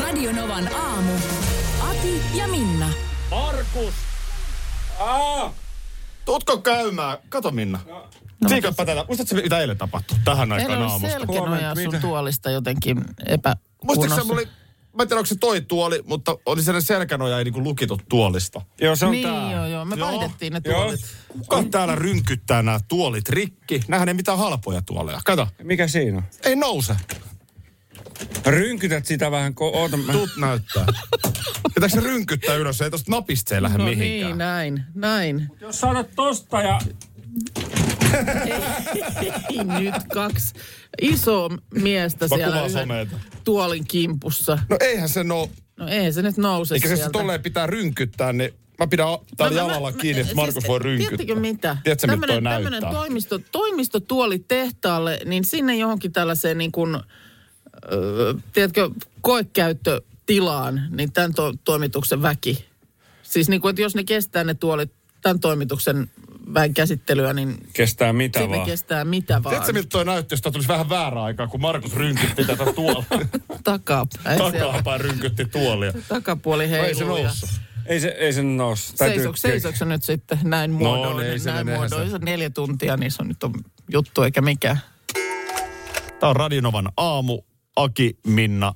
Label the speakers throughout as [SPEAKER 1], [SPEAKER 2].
[SPEAKER 1] Radionovan aamu. Ati ja Minna.
[SPEAKER 2] Markus!
[SPEAKER 3] Aa! Tutko käymään? Kato Minna. No, Siikappa tätä. Muistatko mitä eilen tapahtui tähän
[SPEAKER 4] Meillä
[SPEAKER 3] aikaan
[SPEAKER 4] on
[SPEAKER 3] aamusta?
[SPEAKER 4] selkänoja sun tuolista jotenkin
[SPEAKER 3] Muistatko sä,
[SPEAKER 4] epäkunnossa.
[SPEAKER 3] mulla oli, mä en tiedä, onko se toi tuoli, mutta oli sellainen selkänoja ei niinku lukittu tuolista.
[SPEAKER 2] Joo, se on
[SPEAKER 4] Niin,
[SPEAKER 2] tää.
[SPEAKER 4] joo, joo. Me
[SPEAKER 3] Joo.
[SPEAKER 4] vaihdettiin ne
[SPEAKER 2] Joo.
[SPEAKER 4] tuolit.
[SPEAKER 3] Kuka täällä rynkyttää nämä tuolit rikki? Nähän ei mitään halpoja tuoleja. Kato,
[SPEAKER 2] Mikä siinä on?
[SPEAKER 3] ei nouse.
[SPEAKER 2] Rynkytät sitä vähän, kun oota. Mä...
[SPEAKER 3] Tuut näyttää. Pitääkö se rynkyttää ylös? Ei tosta napista se
[SPEAKER 5] Äh,
[SPEAKER 3] ei lähde
[SPEAKER 4] No
[SPEAKER 3] mihinkään.
[SPEAKER 4] niin, näin, näin.
[SPEAKER 2] Jos sanot tosta ja...
[SPEAKER 4] Ei nyt kaksi iso miestä
[SPEAKER 3] Mä
[SPEAKER 4] siellä
[SPEAKER 3] kuvaan
[SPEAKER 4] yhden
[SPEAKER 3] someita.
[SPEAKER 4] tuolin kimpussa.
[SPEAKER 3] No eihän se no,
[SPEAKER 4] No ei se nyt nouse
[SPEAKER 3] eikä se se
[SPEAKER 4] sieltä.
[SPEAKER 3] tolleen pitää rynkyttää, niin mä pidän täällä
[SPEAKER 4] No mä-
[SPEAKER 3] jalalla
[SPEAKER 4] mä-
[SPEAKER 3] kiinni, että
[SPEAKER 4] siis
[SPEAKER 3] Markus voi rynkyttää.
[SPEAKER 4] Tiedättekö mitä?
[SPEAKER 3] Tiedätkö, miltä toi
[SPEAKER 4] Tämmönen-
[SPEAKER 3] näyttää?
[SPEAKER 4] tämmönen toimisto, toimistotuoli tehtaalle, niin sinne johonkin tällaiseen niin kuin, ö, tiedätkö, koekäyttötilaan, niin tämän to- toimituksen väki. Siis niin kuin, että jos ne kestää ne tuolit tämän toimituksen väen käsittelyä, niin
[SPEAKER 2] Kestää mitä
[SPEAKER 4] sinne
[SPEAKER 2] vaan.
[SPEAKER 4] kestää mitä vaan.
[SPEAKER 3] Tiedätkö, miltä toi näytti, jos tää tulisi vähän väärä aikaa, kun Markus rynkytti tätä tuolla.
[SPEAKER 4] Takapäin siellä.
[SPEAKER 3] Takapäin rynkytti tuolia.
[SPEAKER 4] Takapuoli
[SPEAKER 3] No ei se
[SPEAKER 4] heiluu. ja-
[SPEAKER 3] noussut.
[SPEAKER 2] Ei se, ei se noussut.
[SPEAKER 4] Seisoks- Seisoks se nyt sitten näin muodollinen,
[SPEAKER 3] ei No niin, se
[SPEAKER 4] näin
[SPEAKER 3] mene, eihän se-
[SPEAKER 4] muodollinen. Se on neljä tuntia, niin se on nyt on juttu eikä mikään.
[SPEAKER 3] Tää on Radinovan aamu. Aki, Minna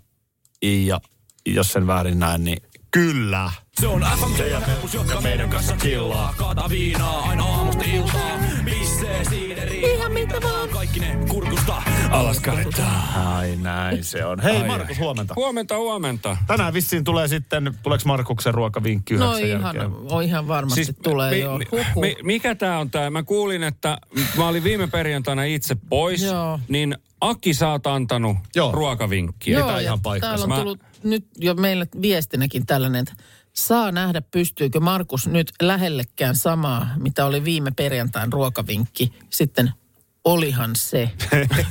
[SPEAKER 3] ja jos sen väärin näen, niin kyllä.
[SPEAKER 5] Se on FMG ja Pepus, jotka meidän kanssa killaa. Kaata viinaa aina aamusta iltaa. Bissee, siideri. Ihan mitä vaan. Kaikki ne kurkusta alas kadetaan.
[SPEAKER 3] Ai näin se on. Hei Markus, huomenta.
[SPEAKER 2] Huomenta, huomenta.
[SPEAKER 3] Tänään vissiin tulee sitten, tuleeko Markuksen ruokavinkki
[SPEAKER 4] No
[SPEAKER 3] yhdeksän
[SPEAKER 4] ihan,
[SPEAKER 3] jälkeen?
[SPEAKER 4] on ihan varmasti siis, tulee
[SPEAKER 2] mi-
[SPEAKER 4] joo.
[SPEAKER 2] mi-
[SPEAKER 4] Huhhuh.
[SPEAKER 2] mi- mikä tää on tää? Mä kuulin, että mä olin viime perjantaina itse pois,
[SPEAKER 4] Joo.
[SPEAKER 2] niin Aki sä oot antanut
[SPEAKER 3] Joo.
[SPEAKER 2] ruokavinkkiä.
[SPEAKER 3] Joo. pitää ihan paikkansa.
[SPEAKER 4] Täällä on
[SPEAKER 2] Mä-
[SPEAKER 4] tullut nyt jo meillä viestinäkin tällainen, että saa nähdä pystyykö Markus nyt lähellekään samaa, mitä oli viime perjantain ruokavinkki. Sitten olihan se.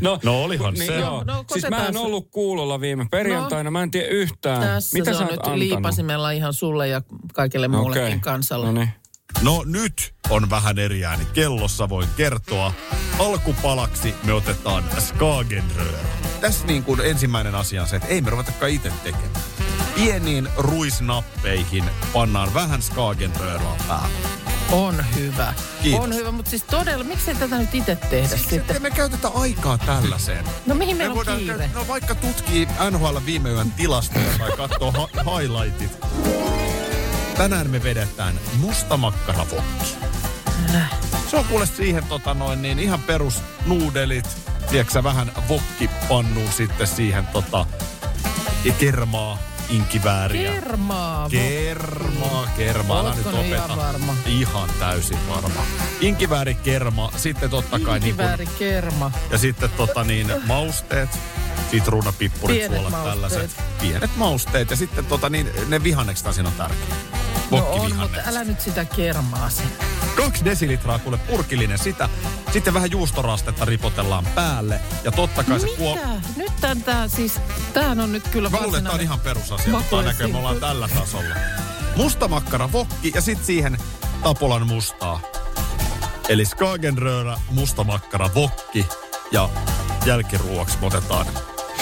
[SPEAKER 2] No,
[SPEAKER 3] No olihan
[SPEAKER 2] niin,
[SPEAKER 3] se.
[SPEAKER 2] Joo.
[SPEAKER 4] No,
[SPEAKER 2] No, siis mä
[SPEAKER 4] koitetaan
[SPEAKER 2] en
[SPEAKER 4] se.
[SPEAKER 2] ollut kuulolla viime perjantaina, mä en tiedä yhtään.
[SPEAKER 4] Tässä
[SPEAKER 2] Mitä sä
[SPEAKER 4] se on
[SPEAKER 2] oot
[SPEAKER 4] nyt
[SPEAKER 2] antanut?
[SPEAKER 4] liipasimella ihan sulle ja kaikille muullekin
[SPEAKER 2] Okei.
[SPEAKER 4] kansalle.
[SPEAKER 2] No niin.
[SPEAKER 3] No nyt on vähän eri ääni kellossa, voin kertoa. Alkupalaksi me otetaan Skagenröör. Tässä niin kuin ensimmäinen asia on se, että ei me ruvetakaan itse tekemään. Pieniin ruisnappeihin pannaan vähän Skagenrööroa päähän.
[SPEAKER 4] On hyvä.
[SPEAKER 3] Kiitos.
[SPEAKER 4] On hyvä, mutta siis todella, miksei tätä nyt itse tehdä sitten?
[SPEAKER 3] Sitten me käytetä aikaa tällaiseen.
[SPEAKER 4] No mihin meillä on
[SPEAKER 3] voidaan
[SPEAKER 4] kiire?
[SPEAKER 3] käydä- no vaikka tutkii NHL viime yön tilastoja tai katsoo ha- highlightit. Tänään me vedetään mustamakkaravokki. Se on kuule siihen tota noin niin ihan perus nuudelit. Tiedätkö vähän vokkipannuun sitten siihen tota ja kermaa, inkivääriä.
[SPEAKER 4] Kermaa.
[SPEAKER 3] Kermaa, kermaa. Älä nyt
[SPEAKER 4] Oletko nyt
[SPEAKER 3] opeta.
[SPEAKER 4] ihan varma?
[SPEAKER 3] Ihan täysin varma. Inkivääri, kerma, sitten totta kai niin kuin
[SPEAKER 4] Inkivääri kerma.
[SPEAKER 3] ja sitten tota niin, mausteet, sitruunapippurit,
[SPEAKER 4] Pienet
[SPEAKER 3] suolat,
[SPEAKER 4] mausteet.
[SPEAKER 3] tällaiset. Pienet mausteet ja sitten tota niin, ne vihannekset on siinä on tärkeä.
[SPEAKER 4] No on, mutta
[SPEAKER 3] Vokkivihannekset.
[SPEAKER 4] älä nyt sitä kermaa sinne.
[SPEAKER 3] Kaksi desilitraa kuule purkillinen sitä. Sitten vähän juustorastetta ripotellaan päälle. Ja totta kai se
[SPEAKER 4] Mitä? Nyt tän tää siis, tämähän on nyt kyllä
[SPEAKER 3] Mä luulen, että tää on ihan perusasia, mutta tää
[SPEAKER 4] Makuinen
[SPEAKER 3] näköjään me ollaan
[SPEAKER 4] silppu.
[SPEAKER 3] tällä tasolla. Musta makkara, vokki ja sitten siihen tapolan mustaa. Eli Skagenröörä, musta makkara, vokki ja jälkiruoksi me otetaan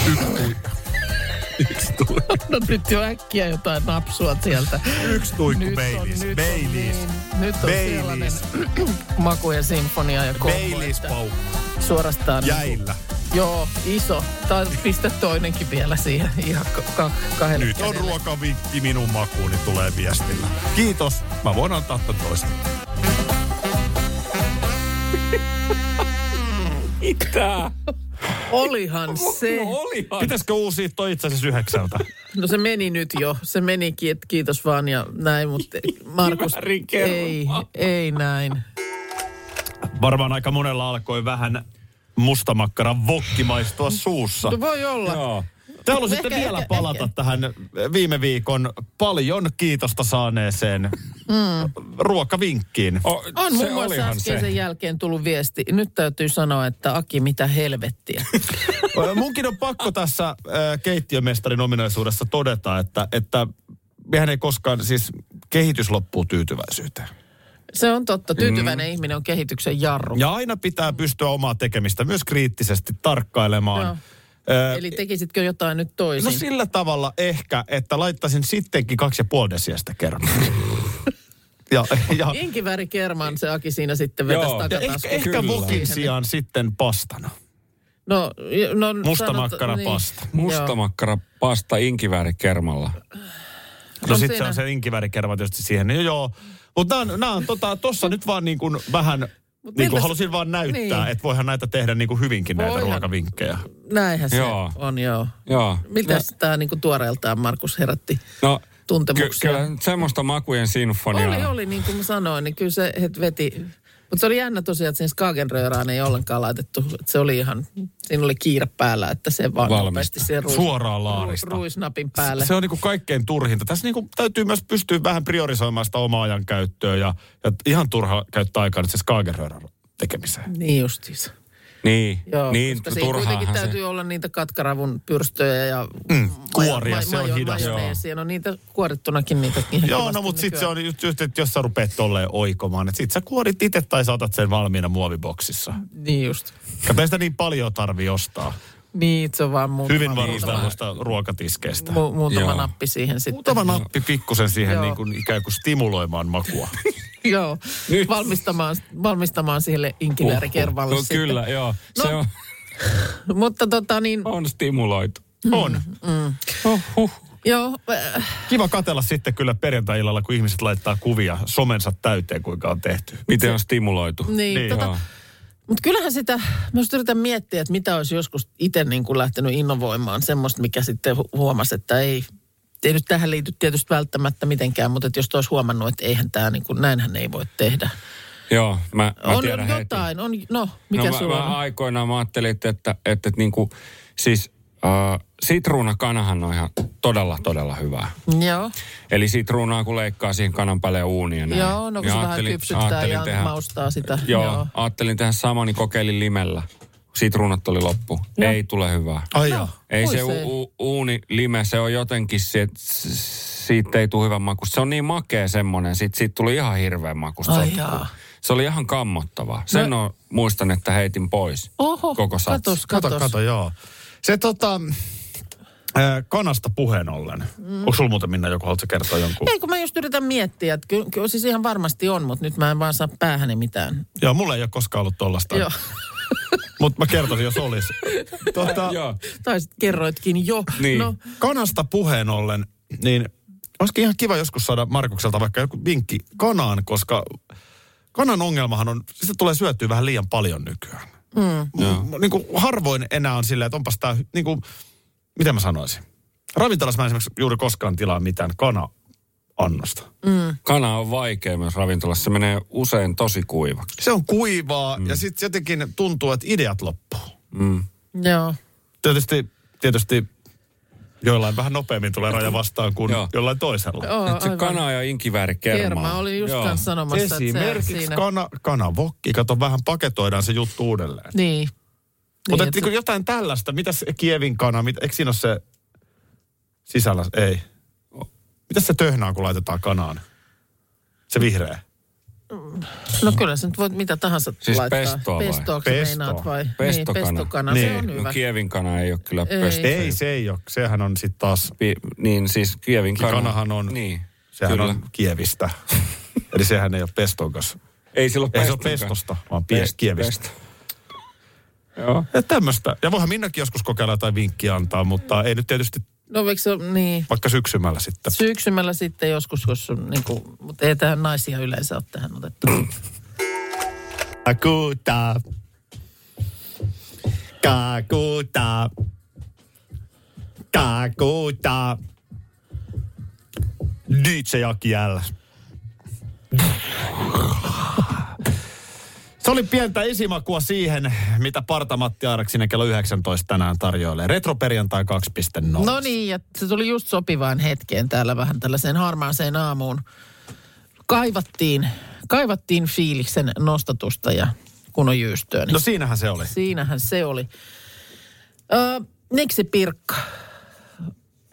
[SPEAKER 3] yksi, yksi, tu,
[SPEAKER 4] No nyt jo äkkiä jotain napsua sieltä.
[SPEAKER 3] yksi tuikku
[SPEAKER 4] Nyt on,
[SPEAKER 3] Baileys.
[SPEAKER 4] nyt on,
[SPEAKER 3] Baileys.
[SPEAKER 4] niin. Nyt on
[SPEAKER 3] Baileys.
[SPEAKER 4] sellainen maku ja sinfonia ja kombo,
[SPEAKER 3] Baileys
[SPEAKER 4] että Niin
[SPEAKER 3] paukku
[SPEAKER 4] Suorastaan.
[SPEAKER 3] jäillä.
[SPEAKER 4] Joo, iso. Tai pistä toinenkin vielä siihen ihan ka- ka- kahdelle
[SPEAKER 3] Nyt on
[SPEAKER 4] kädelle.
[SPEAKER 3] ruokavinkki minun makuuni niin tulee viestillä. Kiitos. Mä voin antaa ton toisen.
[SPEAKER 2] Mitä?
[SPEAKER 4] Olihan se.
[SPEAKER 2] No olihan.
[SPEAKER 3] Pitäisikö uusia toi itse asiassa yhdeksältä?
[SPEAKER 4] No se meni nyt jo. Se meni, kiit- kiitos vaan ja näin, mutta Markus,
[SPEAKER 2] Kiväärin kerma.
[SPEAKER 4] ei, ei näin.
[SPEAKER 3] Varmaan aika monella alkoi vähän mustamakkaran vokki maistua suussa.
[SPEAKER 4] No voi olla.
[SPEAKER 2] Joo.
[SPEAKER 3] Te halusitte
[SPEAKER 4] Ehkä,
[SPEAKER 3] vielä
[SPEAKER 4] ehkä,
[SPEAKER 3] palata
[SPEAKER 4] ehkä.
[SPEAKER 3] tähän viime viikon paljon kiitosta saaneeseen
[SPEAKER 4] Mm.
[SPEAKER 3] ruokavinkkiin.
[SPEAKER 2] O,
[SPEAKER 4] On
[SPEAKER 2] se
[SPEAKER 4] muun muassa
[SPEAKER 2] olihan
[SPEAKER 4] äskeisen
[SPEAKER 2] se.
[SPEAKER 4] jälkeen tullut viesti. Nyt täytyy sanoa, että Aki, mitä helvettiä.
[SPEAKER 3] Ö, Munkin on pakko tässä äh, keittiömestarin ominaisuudessa todeta, että, että mehän ei koskaan, siis kehitys loppuu tyytyväisyyteen.
[SPEAKER 4] Se on totta. Tyytyväinen mm. ihminen on kehityksen jarru.
[SPEAKER 3] Ja aina pitää pystyä omaa tekemistä myös kriittisesti tarkkailemaan.
[SPEAKER 4] Joo.
[SPEAKER 3] Ö,
[SPEAKER 4] Eli tekisitkö jotain nyt toisin?
[SPEAKER 3] No sillä tavalla ehkä, että laittaisin sittenkin kaksi ja puoli desiästä kerran. ja, ja,
[SPEAKER 4] Inkiväri kerman se Aki siinä sitten
[SPEAKER 2] Joo.
[SPEAKER 4] vetäisi
[SPEAKER 2] Ja
[SPEAKER 3] ja ehkä,
[SPEAKER 4] takataskuun.
[SPEAKER 3] ehkä
[SPEAKER 2] Kyllä.
[SPEAKER 3] vokin sijaan sitten pastana.
[SPEAKER 4] No, j- no,
[SPEAKER 3] Musta
[SPEAKER 4] sanot-
[SPEAKER 3] makkarapasta.
[SPEAKER 4] Joo.
[SPEAKER 2] Mustamakkara pasta inkivääri kermalla.
[SPEAKER 3] No
[SPEAKER 4] On
[SPEAKER 3] sit se
[SPEAKER 4] siinä.
[SPEAKER 3] on se inkivärikerma tietysti siihen. Niin joo. Mutta nää, on- nää on tota, tossa nyt vaan niin kuin vähän,
[SPEAKER 4] Mut
[SPEAKER 3] niin kuin
[SPEAKER 4] miltä se-
[SPEAKER 3] halusin vaan näyttää, niin.
[SPEAKER 4] Niin.
[SPEAKER 3] että voihan näitä tehdä niin kuin hyvinkin näitä
[SPEAKER 4] Voihan.
[SPEAKER 3] ruokavinkkejä.
[SPEAKER 4] Näinhän se
[SPEAKER 2] Joo.
[SPEAKER 4] on, joo.
[SPEAKER 2] Joo.
[SPEAKER 4] Mitäs no. tämä niinku tuoreeltaan, Markus, herätti?
[SPEAKER 2] No,
[SPEAKER 4] Tuntemuksia.
[SPEAKER 2] Ky- kyllä semmoista makujen sinfoniaa.
[SPEAKER 4] Oli, oli, niin kuin mä sanoin, niin kyllä se het veti. Mutta se oli jännä tosiaan, että sen Skagenrööraan ei ollenkaan laitettu. Että se oli ihan, siinä oli kiire päällä, että se vaan
[SPEAKER 2] Valmista.
[SPEAKER 4] nopeasti se ruis,
[SPEAKER 3] Suoraan laarista.
[SPEAKER 4] ruisnapin päälle.
[SPEAKER 3] Se on niin kuin kaikkein turhinta. Tässä niin kuin täytyy myös pystyä vähän priorisoimaan sitä omaa ajan käyttöä ja, ja ihan turha käyttää aikaa nyt se skagerröörän tekemiseen.
[SPEAKER 4] Niin justiis.
[SPEAKER 2] Niin,
[SPEAKER 4] Joo,
[SPEAKER 2] niin
[SPEAKER 4] koska siinä kuitenkin
[SPEAKER 2] turhaahan se.
[SPEAKER 4] täytyy olla niitä katkaravun pyrstöjä ja mm,
[SPEAKER 3] kuoria, se on hidas.
[SPEAKER 4] No niitä kuorittunakin niitä ihan
[SPEAKER 3] Joo, no
[SPEAKER 4] kivasti
[SPEAKER 3] mutta sitten se
[SPEAKER 4] nykyään.
[SPEAKER 3] on just, just, että jos sä rupeat tolleen oikomaan, että sit sä kuorit itse tai saatat sen valmiina muoviboksissa.
[SPEAKER 4] Niin just.
[SPEAKER 3] Kato, ei sitä niin paljon tarvi ostaa.
[SPEAKER 4] Niin, se on vaan muutama,
[SPEAKER 3] Hyvin varustellusta ruokatiskeistä.
[SPEAKER 4] mu- muutama
[SPEAKER 2] Joo.
[SPEAKER 4] nappi siihen sitten.
[SPEAKER 3] Muutama nappi pikkusen siihen
[SPEAKER 4] Joo.
[SPEAKER 3] niin kuin ikään kuin stimuloimaan makua.
[SPEAKER 4] Joo,
[SPEAKER 2] Nyt.
[SPEAKER 4] valmistamaan, valmistamaan sille inkilärikervalle
[SPEAKER 2] no, kyllä, joo. No. Se
[SPEAKER 4] No.
[SPEAKER 2] on,
[SPEAKER 4] sitten. Mutta tota niin,
[SPEAKER 2] on stimuloitu.
[SPEAKER 3] On.
[SPEAKER 4] joo, äh,
[SPEAKER 3] Kiva katella sitten kyllä perjantai-illalla, kun ihmiset laittaa kuvia somensa täyteen, kuinka on tehty.
[SPEAKER 2] Miten on stimuloitu?
[SPEAKER 4] niin,
[SPEAKER 3] Niin,
[SPEAKER 4] niin tota,
[SPEAKER 2] Joo.
[SPEAKER 4] Mutta kyllähän sitä, mä just yritän miettiä, että mitä olisi joskus itse niin kuin lähtenyt innovoimaan semmoista, mikä sitten hu- huomasi, että ei, ei nyt tähän liity tietysti välttämättä mitenkään, mutta että jos olisi huomannut, että eihän tämä niin kuin, näinhän ei voi tehdä.
[SPEAKER 2] Joo, mä, mä
[SPEAKER 4] on
[SPEAKER 2] tiedän heti.
[SPEAKER 4] jotain, on, no, mikä
[SPEAKER 2] no,
[SPEAKER 4] sulla
[SPEAKER 2] mä, mä
[SPEAKER 4] on?
[SPEAKER 2] aikoinaan mä ajattelin, että, että, että, että niin kuin, siis äh, sitruunakanahan on ihan todella, todella hyvää.
[SPEAKER 4] Joo,
[SPEAKER 2] Eli sitruunaa kun leikkaa siihen kanan päälle uunia näin.
[SPEAKER 4] joo,
[SPEAKER 2] niin
[SPEAKER 4] no kun se vähän
[SPEAKER 2] ajattelin-
[SPEAKER 4] kypsyttää
[SPEAKER 2] ajattelin
[SPEAKER 4] ja
[SPEAKER 2] tehdä-
[SPEAKER 4] maustaa sitä.
[SPEAKER 2] Joo, joo, ajattelin tehdä sama, niin kokeilin limellä. Sitruunat oli loppu. Joo. Ei tule hyvää.
[SPEAKER 3] Ai joo.
[SPEAKER 2] Ei
[SPEAKER 4] Oi
[SPEAKER 2] se
[SPEAKER 4] se.
[SPEAKER 2] u- u- uuni lime, se on jotenkin se, että s- siitä ei tule hyvä maku. Se on niin makea semmoinen, sit, siitä tuli ihan hirveän maku.
[SPEAKER 4] Ai
[SPEAKER 2] Se-
[SPEAKER 4] jaa. No-
[SPEAKER 2] Se oli ihan kammottavaa. Sen on, muistan, että heitin pois
[SPEAKER 4] Oho,
[SPEAKER 2] koko satsi.
[SPEAKER 4] katos,
[SPEAKER 3] Kato,
[SPEAKER 4] katos.
[SPEAKER 3] kato, joo. Se tota, ää, kanasta puheen ollen. Mm. Onko sulla muuten Minna joku, haluatko kertoa jonkun?
[SPEAKER 4] Ei, kun mä just yritän miettiä, että kyllä, kyllä siis ihan varmasti on, mutta nyt mä en vaan saa päähäni mitään.
[SPEAKER 3] Joo, mulla ei ole koskaan ollut tollasta.
[SPEAKER 4] Joo,
[SPEAKER 3] Mutta mä kertoisin, jos olisi. Tota,
[SPEAKER 2] Joo.
[SPEAKER 4] tai sit kerroitkin jo.
[SPEAKER 2] Niin.
[SPEAKER 4] No,
[SPEAKER 3] kanasta puheen ollen, niin olisikin ihan kiva joskus saada Markukselta vaikka joku vinkki kanaan, koska kanan ongelmahan on, sitä tulee syötyä vähän liian paljon nykyään. Mm. Niin kuin harvoin enää on silleen, että onpas tämä, niin kuin, mitä mä sanoisin. Ravintolassa mä en esimerkiksi juuri koskaan tilaa mitään kana-annosta.
[SPEAKER 2] Kana on vaikea myös ravintolassa. Se menee usein tosi kuivaksi.
[SPEAKER 3] Se on kuivaa mm. ja sitten jotenkin tuntuu, että ideat loppuu.
[SPEAKER 4] joo.
[SPEAKER 3] Tietysti, tietysti joillain vähän nopeammin tulee raja vastaan kuin
[SPEAKER 2] Joo.
[SPEAKER 3] jollain toisella.
[SPEAKER 4] Joo,
[SPEAKER 2] Et se
[SPEAKER 4] aivan.
[SPEAKER 2] kana ja inkivääri kermaa.
[SPEAKER 4] Kerma oli just
[SPEAKER 2] Joo.
[SPEAKER 4] kanssa sanomassa, että se
[SPEAKER 3] Esimerkiksi
[SPEAKER 4] siinä.
[SPEAKER 3] kana, kanavokki, kato vähän paketoidaan se juttu uudelleen. Niin,
[SPEAKER 4] Niin.
[SPEAKER 3] Mutta
[SPEAKER 4] niin,
[SPEAKER 3] niin,
[SPEAKER 4] että-
[SPEAKER 3] jotain tällaista, mitä se Kievin kana, mit, eikö siinä ole se sisällä, ei. Mitä se töhnä on, kun laitetaan kanaan? Se vihreä.
[SPEAKER 4] no kyllä sä nyt voit mitä tahansa
[SPEAKER 2] niinku- Siis
[SPEAKER 4] laittaa.
[SPEAKER 2] pestoa vai?
[SPEAKER 4] Pestoksi
[SPEAKER 3] Pestoa.
[SPEAKER 4] meinaat vai?
[SPEAKER 2] Pestokana.
[SPEAKER 4] Niin, pestokana,
[SPEAKER 3] Niin.
[SPEAKER 4] se on hyvä.
[SPEAKER 2] No Kievin kana ei ole kyllä
[SPEAKER 4] Ei.
[SPEAKER 2] pöstö.
[SPEAKER 3] Ei, ei se ei ole. Sehän on sitten taas,
[SPEAKER 2] Pi- niin siis Kievin kana.
[SPEAKER 3] Kanahan on-
[SPEAKER 2] Niin.
[SPEAKER 3] sehän
[SPEAKER 2] kyllä.
[SPEAKER 3] on Kievistä. Eli sehän ei ole pestokas.
[SPEAKER 2] Ei sillä ole
[SPEAKER 3] Ei se ole
[SPEAKER 2] pestonkaan.
[SPEAKER 3] pestosta, vaan pie,
[SPEAKER 2] Pest-
[SPEAKER 3] Kievistä.
[SPEAKER 2] pesto. Joo.
[SPEAKER 3] Ja tämmöistä. Ja voihan Minnakin joskus kokeilla jotain vinkkiä antaa, mutta ei nyt tietysti
[SPEAKER 4] No eikö se, niin.
[SPEAKER 3] vaikka syksymällä sitten.
[SPEAKER 4] Syksymällä sitten joskus, jos on niin kuin, mutta ei tähän naisia yleensä ole tähän otettu.
[SPEAKER 3] Kakuta. Kakuta. Kakuta. DJ Akiel. Se oli pientä esimakua siihen, mitä Parta-Matti Aaraksinen kello 19 tänään tarjoilee. Retroperjantai 2.0.
[SPEAKER 4] No niin, ja se tuli just sopivaan hetkeen täällä vähän tällaiseen harmaaseen aamuun. Kaivattiin, kaivattiin fiiliksen nostatusta ja kunnon jyystöä. Niin
[SPEAKER 3] No siinähän se oli.
[SPEAKER 4] Siinähän se oli. Ö, Niksi Pirkka,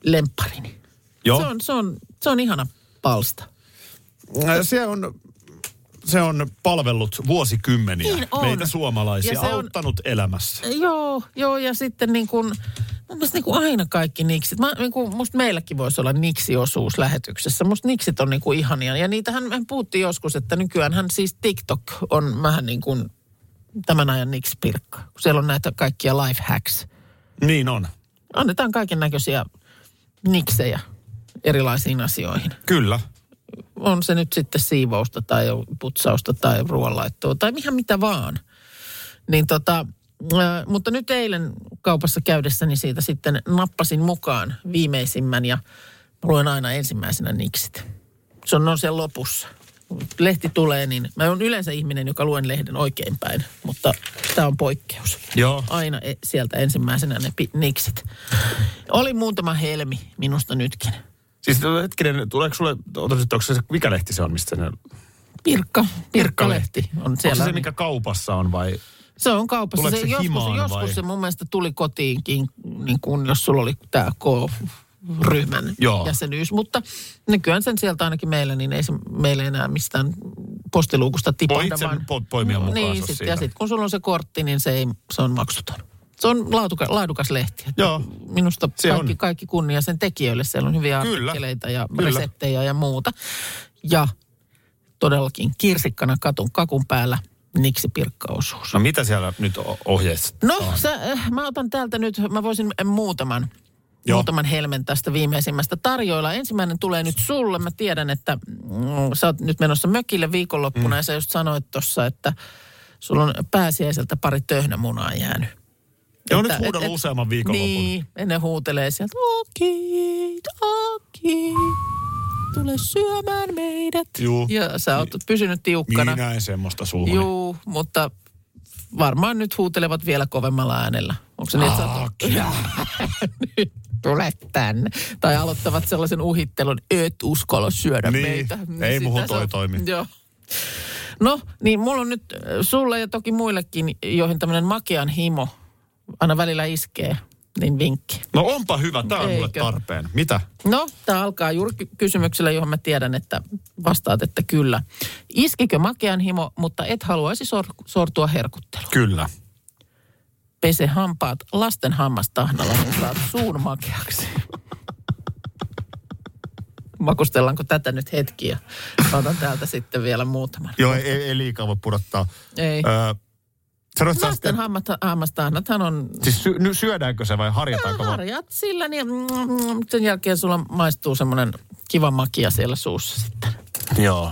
[SPEAKER 4] lempparini.
[SPEAKER 3] Joo.
[SPEAKER 4] Se on, se, on, se on ihana palsta.
[SPEAKER 3] Äh, Se on, se on palvellut vuosikymmeniä
[SPEAKER 4] Niin on.
[SPEAKER 3] meitä suomalaisia,
[SPEAKER 4] Ja se on-
[SPEAKER 3] auttanut elämässä.
[SPEAKER 4] Joo, joo, ja sitten niin kuin, mun mielestä niin kuin aina kaikki niksit. Mä, niin kuin, musta meilläkin voisi olla niksi-osuus lähetyksessä. Musta niksit on niin kuin ihania. Ja niitähän me puhuttiin joskus, että nykyäänhän siis TikTok on vähän niin kuin tämän ajan niksi-pirkka. Kun Siellä on näitä kaikkia life hacks.
[SPEAKER 3] Niin on.
[SPEAKER 4] Annetaan kaiken näköisiä niksejä erilaisiin asioihin.
[SPEAKER 3] Kyllä.
[SPEAKER 4] On se nyt sitten siivousta tai putsausta tai ruoanlaittoa tai ihan mitä vaan. Niin tota, äh, mutta nyt eilen kaupassa käydessäni siitä sitten nappasin mukaan viimeisimmän ja mä luen aina ensimmäisenä niksit. Se on noin sen lopussa. Lehti tulee, niin mä oon yleensä ihminen, joka luen lehden oikeinpäin, mutta tämä on poikkeus
[SPEAKER 3] Joo.
[SPEAKER 4] aina e- sieltä ensimmäisenä ne pi- niksit. Oli muutama helmi minusta nytkin.
[SPEAKER 3] Siis hetkinen, tuleeko sulle, otas nyt, onko se, mikä lehti se on, mistä ne...
[SPEAKER 4] Pirkka, Pirkkalehti on
[SPEAKER 3] Onko
[SPEAKER 4] siellä. niin
[SPEAKER 3] se se, mikä kaupassa on vai...
[SPEAKER 4] se on kaupassa.
[SPEAKER 3] Tuleeko
[SPEAKER 4] Se,
[SPEAKER 3] se
[SPEAKER 4] joskus,
[SPEAKER 3] himaan vai?
[SPEAKER 4] joskus se mun mielestä tuli kotiinkin, niin kun jos sulla oli tämä K-ryhmän
[SPEAKER 3] Joo.
[SPEAKER 4] jäsenyys. Mutta nykyään sen sieltä ainakin meillä, niin ei se meillä enää mistään postiluukusta tipahda.
[SPEAKER 3] itse
[SPEAKER 4] vaan-
[SPEAKER 3] po- poimia mukaansa
[SPEAKER 4] niin, sit,
[SPEAKER 3] siitä.
[SPEAKER 4] ja sitten kun sulla on se kortti, niin se, ei, se on maksuton. Se on laaduka, laadukas lehti. Että
[SPEAKER 3] Joo.
[SPEAKER 4] Minusta
[SPEAKER 3] Se
[SPEAKER 4] kaikki,
[SPEAKER 3] on.
[SPEAKER 4] kaikki kunnia sen tekijöille. Siellä on hyviä
[SPEAKER 3] Kyllä.
[SPEAKER 4] artikkeleita ja
[SPEAKER 3] Kyllä.
[SPEAKER 4] reseptejä ja muuta. Ja todellakin kirsikkana katun kakun päällä niksi pirkkaosuus.
[SPEAKER 3] No mitä siellä nyt o- ohjeessa?
[SPEAKER 4] No, sä, äh, mä otan täältä nyt, mä voisin äh, muutaman,
[SPEAKER 3] Joo.
[SPEAKER 4] muutaman helmen tästä viimeisimmästä tarjoilla. Ensimmäinen tulee nyt sulle. Mä tiedän, että mm, sä oot nyt menossa mökille viikonloppuna mm. ja sä just sanoit tuossa, että sulla on pääsiäiseltä pari töhnämunaa jäänyt.
[SPEAKER 3] Joo, nyt huudella useamman viikonlopun.
[SPEAKER 4] Niin, ja ne huutelee sieltä, okei, okei, tule syömään meidät.
[SPEAKER 3] Juu.
[SPEAKER 4] Ja sä oot pysynyt tiukkana.
[SPEAKER 3] Niin näin semmoista suuhun.
[SPEAKER 4] Juu, mutta varmaan nyt huutelevat vielä kovemmalla äänellä. Onko se niin, että sä oot- Nyt tule tänne. Tai aloittavat sellaisen uhittelun, et uskalla syödä
[SPEAKER 3] Niin,
[SPEAKER 4] meitä.
[SPEAKER 3] ei
[SPEAKER 4] sitä
[SPEAKER 3] muhun
[SPEAKER 4] se
[SPEAKER 3] toi
[SPEAKER 4] on-
[SPEAKER 3] toimi.
[SPEAKER 4] Joo. No, niin mulla on nyt äh, sulle ja toki muillekin, joihin tämmöinen makean himo aina välillä iskee, niin vinkki.
[SPEAKER 3] No onpa hyvä, tää on mulle
[SPEAKER 4] Eikö?
[SPEAKER 3] tarpeen. Mitä?
[SPEAKER 4] No, tämä alkaa juuri ky- kysymyksellä, johon mä tiedän, että vastaat, että kyllä. Iskikö makean himo, mutta et haluaisi sor- sortua herkutteluun?
[SPEAKER 3] Kyllä.
[SPEAKER 4] Pese hampaat lasten hammastahnalla, niin saat suun makeaksi. Makustellaanko tätä nyt hetkiä? Otan täältä sitten vielä muutaman.
[SPEAKER 3] Joo, ei, ei, ei liikaa voi pudottaa.
[SPEAKER 4] Ei.
[SPEAKER 3] Öö, sanoit sä
[SPEAKER 4] Niin. Lasten
[SPEAKER 3] äsken,
[SPEAKER 4] hammata- hammastahnathan on
[SPEAKER 3] siis sy- ny- syödäänkö se vai harjataanko? vaan?
[SPEAKER 4] harjat sillä, niin mm, mm, sen jälkeen sulla maistuu semmoinen kiva makia siellä suussa sitten.
[SPEAKER 3] Joo.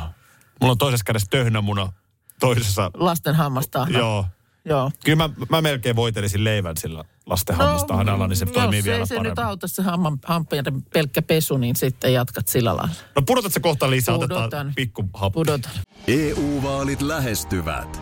[SPEAKER 3] Mulla on toisessa kädessä töhnämuna, toisessa...
[SPEAKER 4] Lasten hammastahna.
[SPEAKER 3] Joo.
[SPEAKER 4] Joo. No,
[SPEAKER 3] Kyllä mä, mä melkein voitelisin leivän sillä lasten hammastahdalla, niin se toimii
[SPEAKER 4] mm, jos
[SPEAKER 3] vielä
[SPEAKER 4] ei se nyt
[SPEAKER 3] paremmin.
[SPEAKER 4] auta se hamman, hampaiden pelkkä pesu, niin sitten jatkat sillä lailla.
[SPEAKER 3] No pudotat se kohta lisää, otetaan
[SPEAKER 4] Pudotan.
[SPEAKER 3] pikku happi.
[SPEAKER 4] Pudotan.
[SPEAKER 6] EU-vaalit E lähestyvät.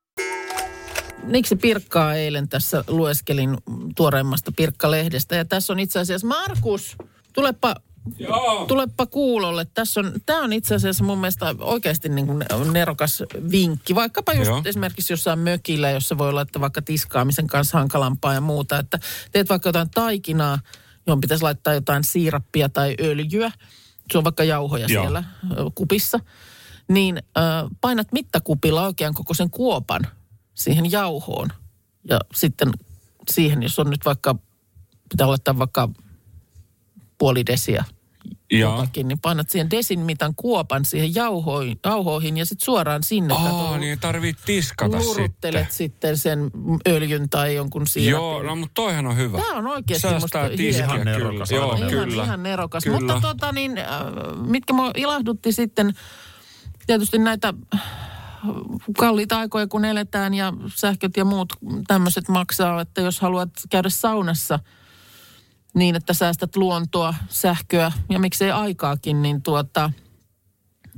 [SPEAKER 4] Niksi Pirkkaa eilen tässä lueskelin tuoreimmasta Pirkka-lehdestä. Ja tässä on itse asiassa Markus, tulepa
[SPEAKER 2] Joo.
[SPEAKER 4] Tulepa kuulolle. Tässä on, tämä on itse asiassa mun mielestä oikeasti niin kuin nerokas vinkki. Vaikkapa just
[SPEAKER 2] Joo.
[SPEAKER 4] Joo. esimerkiksi jossain mökillä, jossa voi olla, että vaikka tiskaamisen kanssa hankalampaa ja muuta. Että teet vaikka jotain taikinaa, johon pitäisi laittaa jotain siirappia tai öljyä. Se on vaikka jauhoja
[SPEAKER 2] Joo.
[SPEAKER 4] Joo. siellä ö, kupissa. Niin ö, painat mittakupilla oikean kokoisen kuopan siihen jauhoon. Ja sitten siihen, jos on nyt vaikka, pitää laittaa vaikka puoli desiä
[SPEAKER 2] Joo.
[SPEAKER 4] jotakin, niin painat siihen desin mitan kuopan siihen jauhoihin, jauhoihin ja sitten suoraan sinne.
[SPEAKER 2] Aa,
[SPEAKER 4] kato,
[SPEAKER 2] niin tarvii tiskata sitten.
[SPEAKER 4] luruttelet sitten. sen öljyn tai jonkun siinä.
[SPEAKER 2] Joo, no mutta toihan on hyvä.
[SPEAKER 4] Tämä on oikeasti
[SPEAKER 2] Säästää
[SPEAKER 4] musta
[SPEAKER 2] tiskiä,
[SPEAKER 4] hieno.
[SPEAKER 2] kyllä.
[SPEAKER 3] Ihan nerokas,
[SPEAKER 2] Joo,
[SPEAKER 4] ihan,
[SPEAKER 2] kyllä.
[SPEAKER 4] ihan nerokas.
[SPEAKER 2] Kyllä.
[SPEAKER 4] Mutta tota niin, äh, mitkä mua ilahdutti sitten, tietysti näitä äh, kalliita aikoja kun eletään ja sähköt ja muut tämmöiset maksaa, että jos haluat käydä saunassa niin, että säästät luontoa, sähköä ja miksei aikaakin, niin tuota,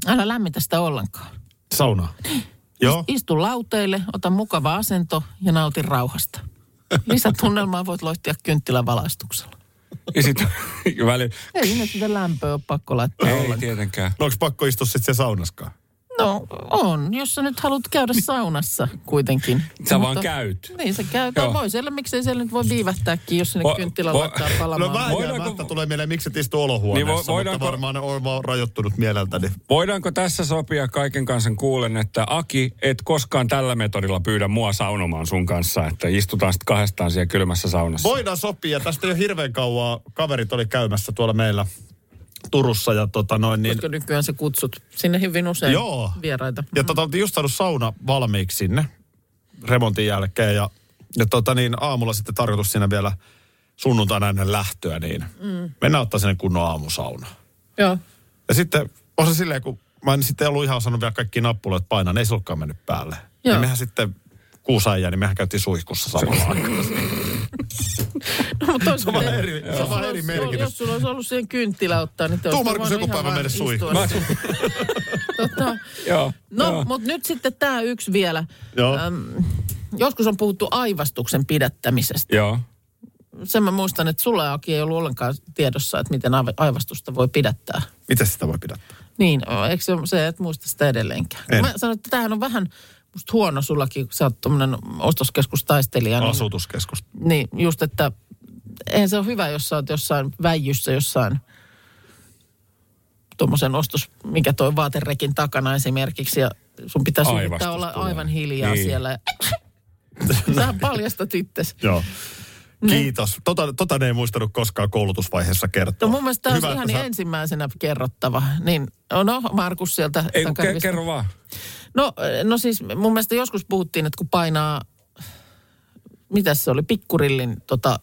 [SPEAKER 4] älä lämmitä sitä ollenkaan.
[SPEAKER 3] Sauna. Joo.
[SPEAKER 4] Istu lauteille, ota mukava asento ja nauti rauhasta. Lisätunnelmaa voit loihtia kynttilävalaistuksella.
[SPEAKER 2] Ja sitten väli...
[SPEAKER 4] Ei sinne sitä lämpöä ole pakko laittaa
[SPEAKER 2] Ei
[SPEAKER 4] ollenkaan.
[SPEAKER 2] tietenkään.
[SPEAKER 3] No onko pakko istua sitten siellä saunaskaan?
[SPEAKER 4] No on, jos sä nyt haluat käydä
[SPEAKER 3] Niin.
[SPEAKER 4] saunassa kuitenkin.
[SPEAKER 2] Sä vaan käyt.
[SPEAKER 4] Niin sä käyt.
[SPEAKER 2] Joo.
[SPEAKER 4] No, voi siellä, miksei siellä nyt voi viivähtääkin, jos sinne
[SPEAKER 2] Vo-
[SPEAKER 4] vo, kynttilä
[SPEAKER 2] vo-
[SPEAKER 4] laittaa
[SPEAKER 3] No
[SPEAKER 4] palamaan.
[SPEAKER 3] vähän
[SPEAKER 2] Voidaanko-
[SPEAKER 3] voidaanko... tulee mieleen, miksi et istu olohuoneessa,
[SPEAKER 2] Niin
[SPEAKER 3] niin
[SPEAKER 2] vo- voidaanko-
[SPEAKER 3] mutta varmaan on vaan rajoittunut mieleltäni.
[SPEAKER 2] Voidaanko tässä sopia kaiken kansan kuulen, että Aki, et koskaan tällä metodilla pyydä mua saunomaan sun kanssa, että istutaan sitten kahdestaan siellä kylmässä saunassa.
[SPEAKER 3] Voidaan sopia. Tästä jo hirveän kauan kaverit oli käymässä tuolla meillä Turussa ja tota noin niin...
[SPEAKER 4] Koska nykyään sä kutsut sinne hyvin usein
[SPEAKER 3] Joo.
[SPEAKER 4] vieraita.
[SPEAKER 3] Ja tota, oltiin just saanut sauna valmiiksi sinne remontin jälkeen ja, ja tota niin, aamulla sitten tarkoitus siinä vielä sunnuntaina ennen lähtöä, niin mm. mennään ottaa sinne kunnon aamusauna.
[SPEAKER 4] Joo.
[SPEAKER 3] Ja sitten on se silleen, kun mä en sitten ollut ihan osannut vielä kaikki nappuloita painaa, ne ei silloinkaan mennyt päälle. Joo.
[SPEAKER 4] Joo.
[SPEAKER 3] Ja mehän sitten kuusi äijää, niin mehän käytiin suihkussa samalla aikaa.
[SPEAKER 4] No, mutta toisaalta,
[SPEAKER 3] vähän eri- se on
[SPEAKER 4] jos
[SPEAKER 3] vähän
[SPEAKER 4] sulla
[SPEAKER 3] eri
[SPEAKER 4] olisi-
[SPEAKER 3] merkitys.
[SPEAKER 4] Jos sulla olisi ollut siihen kynttilä ottaa, niin te
[SPEAKER 3] Tuu,
[SPEAKER 4] olisitte
[SPEAKER 3] Markus,
[SPEAKER 4] voinut
[SPEAKER 3] joku
[SPEAKER 4] ihan
[SPEAKER 3] päivä
[SPEAKER 4] vaan
[SPEAKER 3] mene
[SPEAKER 4] istua
[SPEAKER 3] suihkuun.
[SPEAKER 4] siellä. Tota,
[SPEAKER 2] Joo.
[SPEAKER 4] No, mutta nyt sitten tämä yksi vielä.
[SPEAKER 3] Joo.
[SPEAKER 4] Öm, joskus on puhuttu aivastuksen pidättämisestä.
[SPEAKER 2] Joo.
[SPEAKER 4] sen mä muistan, että sulla Aki ei ollut ollenkaan tiedossa, että miten aiv- aivastusta voi pidättää.
[SPEAKER 3] Miten sitä voi pidättää?
[SPEAKER 4] Niin, ö, eikö se, se et muista sitä edelleenkään?
[SPEAKER 3] En.
[SPEAKER 4] Mä sanoin, että tämähän on vähän musta huono sullakin, kun sä oot tommonen ostoskeskustaistelija. Niin,
[SPEAKER 3] Asutuskeskus.
[SPEAKER 4] niin just, että eihän se ole hyvä, jos sä oot jossain väijyssä jossain tuommoisen ostos, mikä toi vaaterekin takana esimerkiksi, ja sun pitäisi yrittää
[SPEAKER 2] Aivastus
[SPEAKER 4] olla
[SPEAKER 2] tulee.
[SPEAKER 4] aivan hiljaa
[SPEAKER 2] Niin.
[SPEAKER 4] niin. siellä. Sä paljastat itsesi.
[SPEAKER 3] Joo. Kiitos. Tota, tota ne ei muistanut koskaan koulutusvaiheessa kertoa.
[SPEAKER 4] No mun mielestä tämä
[SPEAKER 3] Hyvä,
[SPEAKER 4] on ihan
[SPEAKER 3] että
[SPEAKER 4] sä... ensimmäisenä kerrottava. Niin, no Markus sieltä
[SPEAKER 2] Ei kun ke-
[SPEAKER 4] takarivistä.
[SPEAKER 2] kerro vaan.
[SPEAKER 4] No, eh, no siis mun mielestä joskus puhuttiin, että kun painaa, mitä se oli, pikkurillin tota...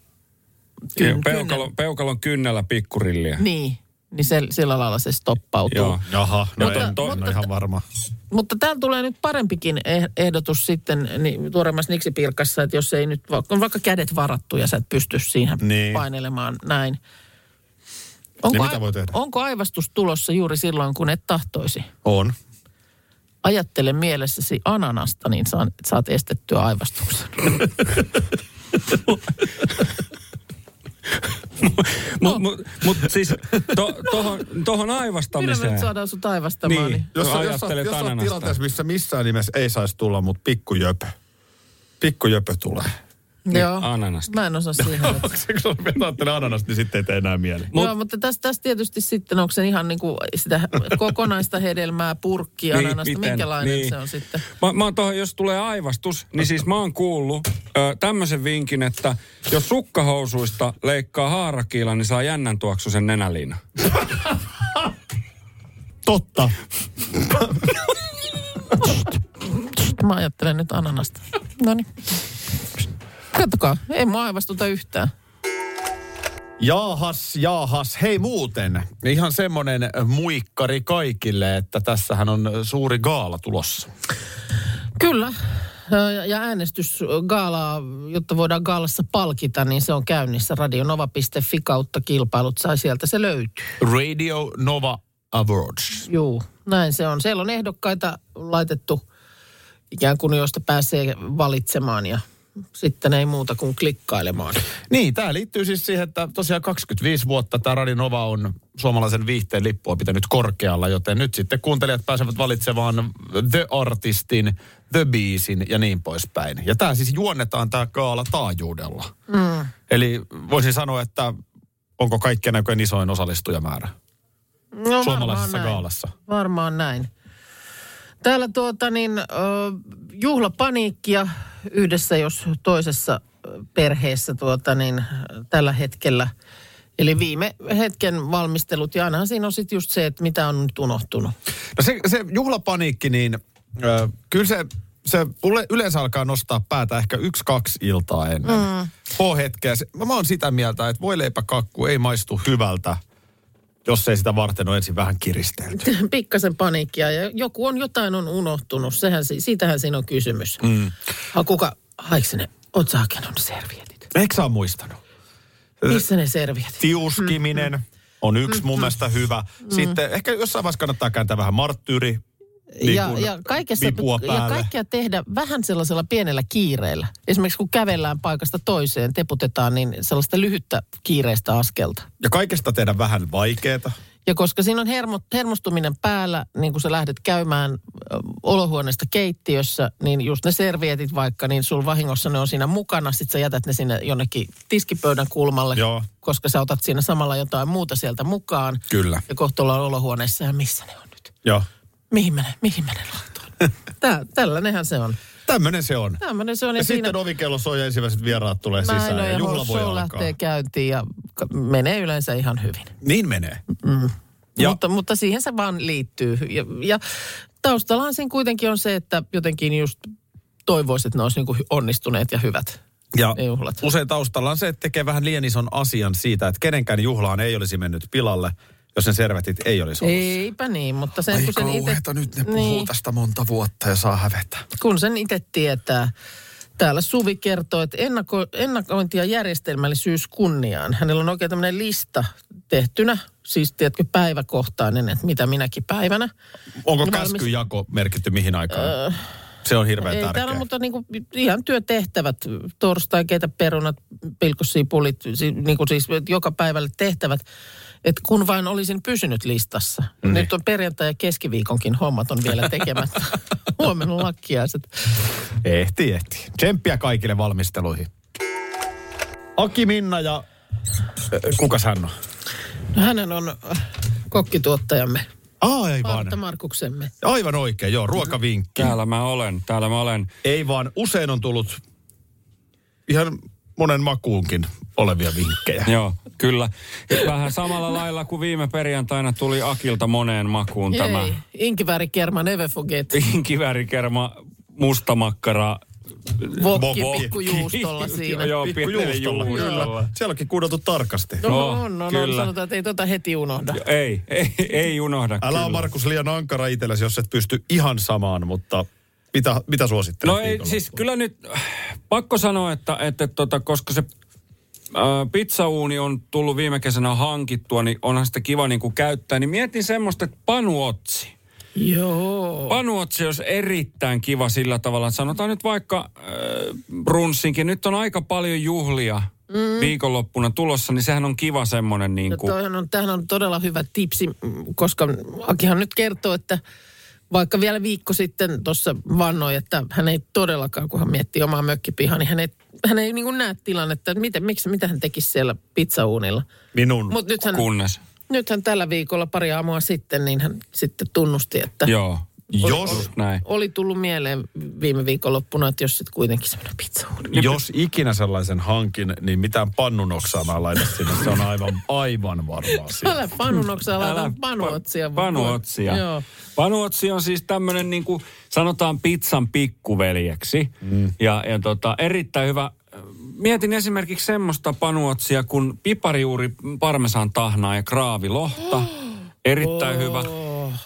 [SPEAKER 2] Joo,
[SPEAKER 4] kyn-
[SPEAKER 2] Peukalon, peukalon kynnällä pikkurilliä.
[SPEAKER 4] kynnen- Niin, niin se, sillä lailla se stoppautuu.
[SPEAKER 2] Joo.
[SPEAKER 4] Joo.
[SPEAKER 3] Jaha, no
[SPEAKER 4] Mutta-
[SPEAKER 3] en, to, en
[SPEAKER 4] mutta-
[SPEAKER 3] ole ihan varma.
[SPEAKER 4] Mutta täällä tulee nyt parempikin eh- ehdotus sitten niin, tuoreemmassa niksipilkassa, että jos ei nyt, va- on vaikka kädet varattu ja sä et pysty siihen
[SPEAKER 3] Niin.
[SPEAKER 4] niin. painelemaan näin.
[SPEAKER 3] Niin
[SPEAKER 4] Onko,
[SPEAKER 3] mitä
[SPEAKER 4] ai-
[SPEAKER 3] voi tehdä?
[SPEAKER 4] onko aivastus tulossa juuri silloin, kun et tahtoisi?
[SPEAKER 3] On.
[SPEAKER 4] ajattele mielessäsi ananasta, niin saan, saat estettyä aivastuksen. no.
[SPEAKER 2] Mutta mut, mut, siis to, tohon, tohon
[SPEAKER 4] Kyllä me nyt
[SPEAKER 2] aivastamiseen.
[SPEAKER 4] saadaan sut aivastamaan.
[SPEAKER 2] Niin.
[SPEAKER 4] Niin.
[SPEAKER 3] Jos,
[SPEAKER 2] No
[SPEAKER 3] sä- jos, sä-
[SPEAKER 2] ajattelet
[SPEAKER 3] jos on
[SPEAKER 2] ananasta.
[SPEAKER 3] tilanteessa, missä missään nimessä ei saisi tulla, mutta pikkujöpö. Pikkujöpö tulee.
[SPEAKER 4] Niin. Joo.
[SPEAKER 2] ananasta. No,
[SPEAKER 4] Mä en osaa siihen. että-
[SPEAKER 3] Kun ajattelee ananasta, niin sitten ei tee enää mieli.
[SPEAKER 2] Mut-
[SPEAKER 4] Mut, Joo, mutta tässä, tässä tietysti sitten, onko se ihan niin kuin sitä kokonaista hedelmää, purkki,
[SPEAKER 2] Niin,
[SPEAKER 4] ananasta,
[SPEAKER 2] miten?
[SPEAKER 4] minkälainen
[SPEAKER 2] Niin.
[SPEAKER 4] se on sitten?
[SPEAKER 2] Mä, mä oon tohon, jos tulee aivastus, niin siis mä oon kuullut ö, tämmöisen vinkin, että jos sukkahousuista leikkaa haarakiila, niin saa jännän tuoksusen nenäliina.
[SPEAKER 3] Totta.
[SPEAKER 4] Mä ajattelen nyt ananasta. No niin. Katsokaa, ei mua aivastuta yhtään.
[SPEAKER 3] Jaahas, jaahas. Hei muuten, ihan semmonen muikkari kaikille, että tässähän on suuri gaala tulossa.
[SPEAKER 4] Kyllä. Ö, ja- Ja äänestysgaalaa, jotta voidaan gaalassa palkita, niin se on käynnissä radionova.fi kautta kilpailut. Sai sieltä se löytyy.
[SPEAKER 3] Radio Nova Awards.
[SPEAKER 4] Juu, näin se on. Siellä on ehdokkaita laitettu ikään kuin, joista pääsee valitsemaan ja sitten ei muuta kuin klikkailemaan.
[SPEAKER 3] Niin, tämä liittyy siis siihen, että tosiaan 25 vuotta tämä Radinova on suomalaisen viihteen lippua pitänyt korkealla, joten nyt sitten kuuntelijat pääsevät valitsemaan The Artistin, The Beasin ja niin poispäin. Ja tämä siis juonnetaan tämä kaala taajuudella. Mm. Eli voisin sanoa, että onko kaikkien näköinen isoin osallistujamäärä
[SPEAKER 4] No,
[SPEAKER 3] suomalaisessa
[SPEAKER 4] varmaan näin.
[SPEAKER 3] kaalassa.
[SPEAKER 4] Varmaan näin. Täällä tuota niin, ö, juhlapaniikkia yhdessä jos toisessa ö, perheessä tuota niin, ö, tällä hetkellä. Eli viime hetken valmistelut ja ainahan siinä on sitten just se, että mitä on nyt unohtunut.
[SPEAKER 3] No se, se juhlapaniikki, niin ö, kyllä se, se yle- yleensä alkaa nostaa päätä ehkä yksi, kaksi iltaa ennen. Mm. H-hetkeä. Se, mä mä oon sitä mieltä, että voi leipäkakku ei maistu hyvältä, jos ei sitä varten ole ensin vähän kiristelty.
[SPEAKER 4] Pikkasen paniikkia ja joku on jotain on unohtunut, Sehän, si- siitähän siinä on kysymys. Mm. Ha, kuka, haiksene, oot sä hakenut ne servietit?
[SPEAKER 3] Eikö sä oo muistanut?
[SPEAKER 4] Missä ne servietit?
[SPEAKER 3] Tiuskiminen on yksi mun mielestä hyvä. Sitten ehkä jossain vaiheessa kannattaa kääntää vähän marttyyri. niin
[SPEAKER 4] ja,
[SPEAKER 3] kuin
[SPEAKER 4] ja, kaikessa,
[SPEAKER 3] vipua
[SPEAKER 4] ja
[SPEAKER 3] päälle.
[SPEAKER 4] kaikkea tehdä vähän sellaisella pienellä kiireellä. Esimerkiksi kun kävellään paikasta toiseen, teputetaan, niin sellaista lyhyttä kiireistä askelta.
[SPEAKER 3] Ja kaikesta tehdä vähän vaikeeta.
[SPEAKER 4] Ja koska siinä on hermo, hermostuminen päällä, niin kun sä lähdet käymään ö, olohuoneesta keittiössä, niin just ne servietit vaikka, niin sul vahingossa ne on siinä mukana. Sitten sä jätät ne sinne jonnekin tiskipöydän kulmalle,
[SPEAKER 3] Joo.
[SPEAKER 4] koska sä otat siinä samalla jotain muuta sieltä mukaan.
[SPEAKER 3] Kyllä.
[SPEAKER 4] Ja kohta ollaan olohuoneessa ja missä ne on nyt?
[SPEAKER 3] Joo.
[SPEAKER 4] Mihin mä ne, mihin mä ne laitoin? Tää, tälläinenhän se on.
[SPEAKER 3] Tämmönen se on.
[SPEAKER 4] Tämmöinen se on.
[SPEAKER 3] Ja
[SPEAKER 4] Ja siinä
[SPEAKER 3] sitten ovikello soi ja ensimmäiset vieraat tulee
[SPEAKER 4] näin
[SPEAKER 3] sisään
[SPEAKER 4] on,
[SPEAKER 3] ja
[SPEAKER 4] ja
[SPEAKER 3] juhla voi
[SPEAKER 4] show
[SPEAKER 3] alkaa.
[SPEAKER 4] lähtee käyntiin ja ka- menee yleensä ihan hyvin.
[SPEAKER 3] Niin menee. Ja-
[SPEAKER 4] Ja. Mutta, mutta siihen se vaan liittyy. Ja, ja taustallahan siinä kuitenkin on se, että jotenkin just toivoisi, että ne olisi niin onnistuneet ja hyvät.
[SPEAKER 3] Ja
[SPEAKER 4] Ne juhlat.
[SPEAKER 3] usein taustalla on se, että tekee vähän liian ison asian siitä, että kenenkään juhlaan ei olisi mennyt pilalle, jos sen servetit ei olisi ollut.
[SPEAKER 4] Eipä niin, mutta sen, kun sen ite, niin,
[SPEAKER 3] tästä monta vuotta ja saa hävetä.
[SPEAKER 4] kun sen itse tietää. Täällä Suvi kertoo, että ennako, ennakointi ja järjestelmällisyys kunniaan. Hänellä on oikein tämmöinen lista tehtynä, siis tiedätkö päiväkohtainen, että mitä minäkin päivänä.
[SPEAKER 3] Onko
[SPEAKER 4] No valmis-
[SPEAKER 3] käskyjako merkitty mihin aikaan? Se on hirveän
[SPEAKER 4] Öö. Ei
[SPEAKER 3] tärkeä.
[SPEAKER 4] täällä, mutta niinku, ihan työtehtävät, torstai, keitä perunat, pilkussipulit, si, niinku siis et joka päivälle tehtävät. Et kun vain olisin pysynyt listassa.
[SPEAKER 2] Niin.
[SPEAKER 4] Mm. Nyt on perjantai ja keskiviikonkin hommat on vielä tekemättä. Huomenna on lakkiaiset.
[SPEAKER 3] Ehti, ehti. Tsemppiä kaikille valmisteluihin. Aki Minna ja... Ö, Kukas hän on?
[SPEAKER 4] No, hänen on äh, kokkituottajamme,
[SPEAKER 3] Aa, ei vaan.
[SPEAKER 4] Parta Markuksemme.
[SPEAKER 3] Aivan oikein, joo, ruokavinkki.
[SPEAKER 2] Täällä mä olen, täällä mä olen.
[SPEAKER 3] Ei vaan, usein on tullut ihan monen makuunkin olevia vinkkejä.
[SPEAKER 2] Joo, kyllä. Vähän samalla lailla kuin viime perjantaina tuli Akilta moneen makuun Jei. tämä
[SPEAKER 4] Jei, Inkivärikerma, Never Forget,
[SPEAKER 2] kivärikerma, mustamakkara.
[SPEAKER 4] Vokki
[SPEAKER 3] Vokki.
[SPEAKER 4] pikkujuustolla siinä.
[SPEAKER 2] Joo, pienellä
[SPEAKER 3] Pikkujuustolla,
[SPEAKER 2] juustolla.
[SPEAKER 3] kyllä. Sielläkin kuudeltu tarkasti.
[SPEAKER 4] No,
[SPEAKER 2] Joo,
[SPEAKER 4] no, no, no,
[SPEAKER 2] kyllä.
[SPEAKER 4] sanotaan, että ei tota heti unohda.
[SPEAKER 2] Ei, ei, ei unohda
[SPEAKER 3] Älä
[SPEAKER 2] kyllä.
[SPEAKER 3] ole Markus liian ankara itsellesi, jos et pysty ihan samaan, mutta mitä, mitä suosittelet?
[SPEAKER 2] No ei, siis kyllä nyt pakko sanoa, että, että tota, koska se ää, pizzauuni on tullut viime kesänä hankittua, niin onhan sitä kiva niin kuin käyttää. Niin mietin semmoista, että panuotsi.
[SPEAKER 4] Joo.
[SPEAKER 2] Panuotsi olisi erittäin kiva sillä tavalla, että sanotaan nyt vaikka äh, runssinkin, nyt on aika paljon juhlia mm. viikonloppuna tulossa, niin sehän on kiva semmoinen niin
[SPEAKER 4] No
[SPEAKER 2] kuin...
[SPEAKER 4] toihan on, tämähän on todella hyvä tipsi, mm, koska Akihan nyt kertoo, että vaikka vielä viikko sitten tuossa vannoi, että hän ei todellakaan, kun hän miettii omaa mökkipihaa, niin hän ei, hän ei niin näe tilannetta, että miten, miksi, mitä hän tekisi siellä pizzauunilla.
[SPEAKER 3] Minun.
[SPEAKER 4] Mutta nythän,
[SPEAKER 2] kunnes.
[SPEAKER 4] nythän tällä viikolla pari aamua sitten, niin hän sitten tunnusti, että
[SPEAKER 2] Joo,
[SPEAKER 3] Jos,
[SPEAKER 2] näin.
[SPEAKER 4] oli tullut mieleen viime viikonloppuna, että jos sitten kuitenkin semmoinen pizzauuni.
[SPEAKER 3] jos ikinä sellaisen hankin, niin mitään pannunoksaa mä en laita sinne. Se on aivan, aivan varmaa
[SPEAKER 5] Siis-
[SPEAKER 4] Älä panunoksa, laita panuotsia.
[SPEAKER 2] pa- Panuotsia.
[SPEAKER 4] Joo.
[SPEAKER 2] Panuotsi on siis tämmöinen niin kuin sanotaan pizzan pikkuveljeksi. Mm. Ja, ja tota, erittäin hyvä. Mietin esimerkiksi semmoista panuotsia kuin piparijuuri, parmesan tahnaa ja kraavilohta. Erittäin oh. hyvä.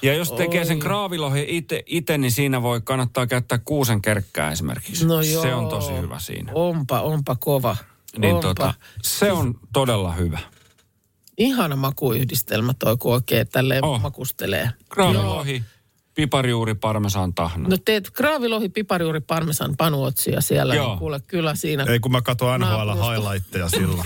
[SPEAKER 2] Ja jos tekee sen kraavilohen itse, niin siinä voi kannattaa käyttää kuusen kerkkää esimerkiksi.
[SPEAKER 4] No
[SPEAKER 2] Se
[SPEAKER 4] joo.
[SPEAKER 2] on tosi hyvä siinä.
[SPEAKER 4] Onpa, onpa kova.
[SPEAKER 2] Niin
[SPEAKER 4] onpa.
[SPEAKER 2] tota, se on todella hyvä.
[SPEAKER 4] Ihana makuyhdistelmä toi, kun oikein tälleen
[SPEAKER 2] Oh.
[SPEAKER 4] oh. makustelee.
[SPEAKER 2] Kraavilohi, piparijuuri, parmesan, tahna.
[SPEAKER 4] No teet kraavilohi, pipariuri, parmesan, panuotsia siellä.
[SPEAKER 2] Joo.
[SPEAKER 4] Niin kuule, kyllä siinä.
[SPEAKER 3] Ei kun mä katsoin NHL
[SPEAKER 4] Naapurusta.
[SPEAKER 3] highlightteja silloin.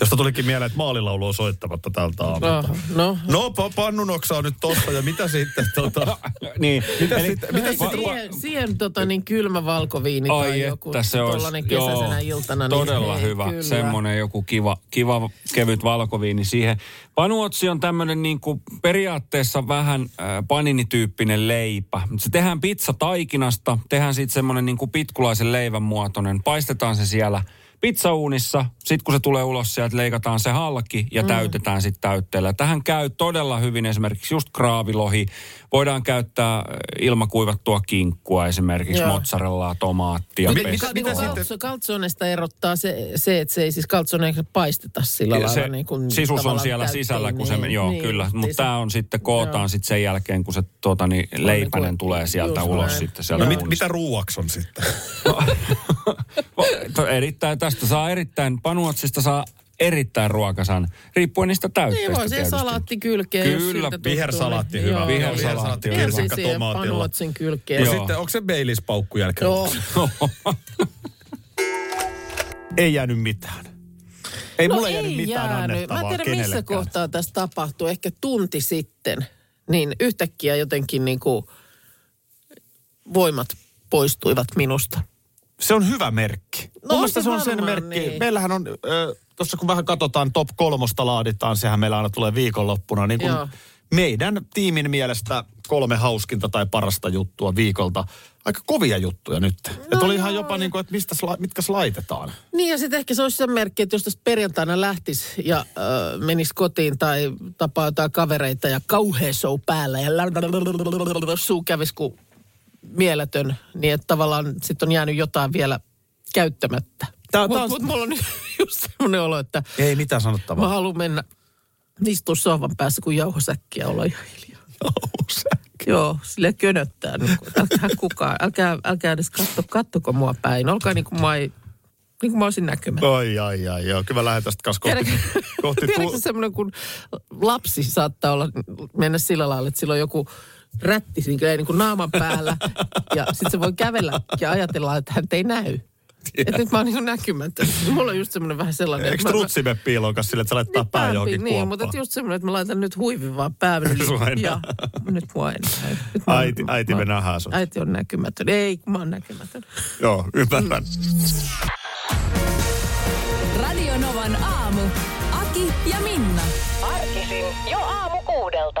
[SPEAKER 3] Josta tulikin mieleen, että maalilaulu on soittamatta tältä aamulta.
[SPEAKER 4] Aha, no,
[SPEAKER 3] No, pa- pannunoksa on nyt tossa ja mitä sitten tota...
[SPEAKER 2] niin.
[SPEAKER 3] Mitä sitten? Mitä
[SPEAKER 4] Ei,
[SPEAKER 3] sitten?
[SPEAKER 4] siihen, siihen tota, niin kylmä valkoviini
[SPEAKER 2] Ai
[SPEAKER 4] tai joku
[SPEAKER 2] että se olisi,
[SPEAKER 4] tollanen kesäisenä iltana. Niin,
[SPEAKER 2] todella
[SPEAKER 4] ei,
[SPEAKER 2] hyvä,
[SPEAKER 4] kyllä.
[SPEAKER 2] semmoinen joku kiva, kiva kevyt valkoviini siihen. Panuotsi on tämmöinen niin kuin periaatteessa vähän äh, paninityyppinen leipä. Se tehdään pizza taikinasta, tehdään sitten semmoinen niin kuin pitkulaisen leivän muotoinen, paistetaan se siellä pizzauunissa, sitten kun se tulee ulos sieltä, leikataan se halki ja mm. täytetään sitten täytteellä. Tähän käy todella hyvin esimerkiksi just kraavilohi. Voidaan käyttää äh, ilmakuivattua kinkkua esimerkiksi,
[SPEAKER 4] Joo.
[SPEAKER 2] mozzarellaa, tomaattia.
[SPEAKER 3] Mi-
[SPEAKER 2] pesto.
[SPEAKER 3] mitä-
[SPEAKER 4] Niin
[SPEAKER 3] mitä
[SPEAKER 4] kuin
[SPEAKER 3] sitten?
[SPEAKER 4] kaltso- Kaltsonesta erottaa se, se, että se ei siis kaltsone paisteta sillä lailla.
[SPEAKER 2] se
[SPEAKER 4] niin kuin
[SPEAKER 2] sisus on
[SPEAKER 4] tavallaan
[SPEAKER 2] siellä
[SPEAKER 4] täyteen,
[SPEAKER 2] sisällä, kun se,
[SPEAKER 4] niin,
[SPEAKER 2] joo,
[SPEAKER 4] niin,
[SPEAKER 2] kyllä.
[SPEAKER 4] justiinsa.
[SPEAKER 2] Mutta tämä on sitten, kootaan sitten sen jälkeen, kun se tuota, niin, leipänen
[SPEAKER 4] kuin-
[SPEAKER 2] tulee sieltä
[SPEAKER 4] niinku just
[SPEAKER 2] ulos
[SPEAKER 4] näin.
[SPEAKER 2] sitten
[SPEAKER 3] No,
[SPEAKER 2] sieltä
[SPEAKER 3] mit,
[SPEAKER 2] uunista.
[SPEAKER 3] mitä ruuaksi on sitten?
[SPEAKER 2] Va- erittäin, tästä saa erittäin, panuotsista saa erittäin ruokasan, riippuen niistä täytteistä
[SPEAKER 4] Niin voi se
[SPEAKER 2] tietysti.
[SPEAKER 4] salaatti kylkeen. jos
[SPEAKER 2] Kyllä,
[SPEAKER 4] siltä tuntuu,
[SPEAKER 3] vihersalaatti
[SPEAKER 4] niin-
[SPEAKER 3] hyvä.
[SPEAKER 4] Joo,
[SPEAKER 2] Vihersalaatti,
[SPEAKER 4] vihersalaatti
[SPEAKER 2] kyllä.
[SPEAKER 3] Kirsikka
[SPEAKER 4] siihen
[SPEAKER 3] tomaatilla.
[SPEAKER 4] panuotsin kylkeen.
[SPEAKER 3] Ja
[SPEAKER 2] Joo.
[SPEAKER 3] sitten onko se Baileys-paukku jälkeen?
[SPEAKER 4] Joo. No,
[SPEAKER 3] Ei jäänyt mitään. Ei
[SPEAKER 4] No
[SPEAKER 3] mulla
[SPEAKER 4] ei
[SPEAKER 3] jäänyt mitään annettavaa
[SPEAKER 4] Mä en tiedä, missä
[SPEAKER 3] kenellekään.
[SPEAKER 4] kohtaa tässä tapahtui. Ehkä tunti sitten. Niin yhtäkkiä jotenkin niin kuin voimat poistuivat minusta.
[SPEAKER 3] Se on hyvä merkki. No, Mun
[SPEAKER 4] on
[SPEAKER 3] mielestä
[SPEAKER 4] se
[SPEAKER 3] se on sen
[SPEAKER 4] varmaan,
[SPEAKER 3] merkki. Niin.
[SPEAKER 4] niin.
[SPEAKER 3] Meillähän on, äh, tuossa kun vähän katsotaan top kolmosta laaditaan, sehän meillä aina tulee viikonloppuna. Niin kun
[SPEAKER 4] Joo.
[SPEAKER 3] meidän tiimin mielestä kolme hauskinta tai parasta juttua viikolta. Aika kovia juttuja nyt. No Et oli ihan jopa niin kuin, että mistä sla, mitkä laitetaan.
[SPEAKER 4] Niin ja sitten ehkä se olisi se merkki, että jos tässä perjantaina lähtisi ja äh, menisi kotiin tai tapaa jotain kavereita ja kauhea show päällä ja lä- suu kävisi kuin mieletön, niin että tavallaan sitten on jäänyt jotain vielä käyttämättä.
[SPEAKER 3] Tää- tää
[SPEAKER 4] Mutta
[SPEAKER 3] on-
[SPEAKER 4] mut mulla on nyt just semmoinen olo, että
[SPEAKER 3] Ei mitään
[SPEAKER 4] mä
[SPEAKER 3] sanottavaa.
[SPEAKER 4] haluan mennä istua sohvan päässä kuin jauhosäkkiä olla ihan hiljaa. Joo, sille könöttää. Niin kuin, älkää kukaan, älkää, älkää edes katso, kattoko mua päin. Olkaa niin kuin mä, ei, niin kuin mä olisin näkymättä.
[SPEAKER 3] Ai, ai, ai, joo. Kyllä lähdetään sitten kanssa kohti,
[SPEAKER 4] Tiedätkö,
[SPEAKER 3] kohti
[SPEAKER 4] tiedätkö semmoinen, kun lapsi saattaa olla, mennä sillä lailla, että sillä on joku rätti niin kuin, niin kuin naaman päällä. ja sitten se voi kävellä ja ajatella, että hän ei näy. Että nyt mä oon niin kuin näkymätön. Mulla on just semmoinen vähän sellainen.
[SPEAKER 3] Eikö
[SPEAKER 4] mä-
[SPEAKER 3] trutsi mene piiloon kanssa sille, että sä laittaa
[SPEAKER 4] niin,
[SPEAKER 3] pää
[SPEAKER 4] päämpi,
[SPEAKER 3] johonkin
[SPEAKER 4] Niin, mutta et
[SPEAKER 3] kuoppaan?
[SPEAKER 4] just semmoinen, että mä laitan nyt huivin vaan päälle.
[SPEAKER 3] Sua ei
[SPEAKER 4] ja nyt mua ei näy. Nyt mä-
[SPEAKER 3] Äiti- äiti
[SPEAKER 4] mä-
[SPEAKER 3] me nähdään sut.
[SPEAKER 4] Äiti on näkymätön. Ei, kun mä oon näkymätön.
[SPEAKER 3] Joo, ymmärrän.
[SPEAKER 1] Radio Novan aamu. Aki ja Minna.
[SPEAKER 7] Arkisin jo aamu kuudelta.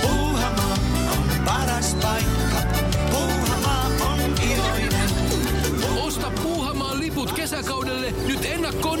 [SPEAKER 8] Puuhamaa on paras paikka. Puuhamaa on iloinen.
[SPEAKER 5] Osta Puuhamaan liput kesäkaudelle nyt ennakkoon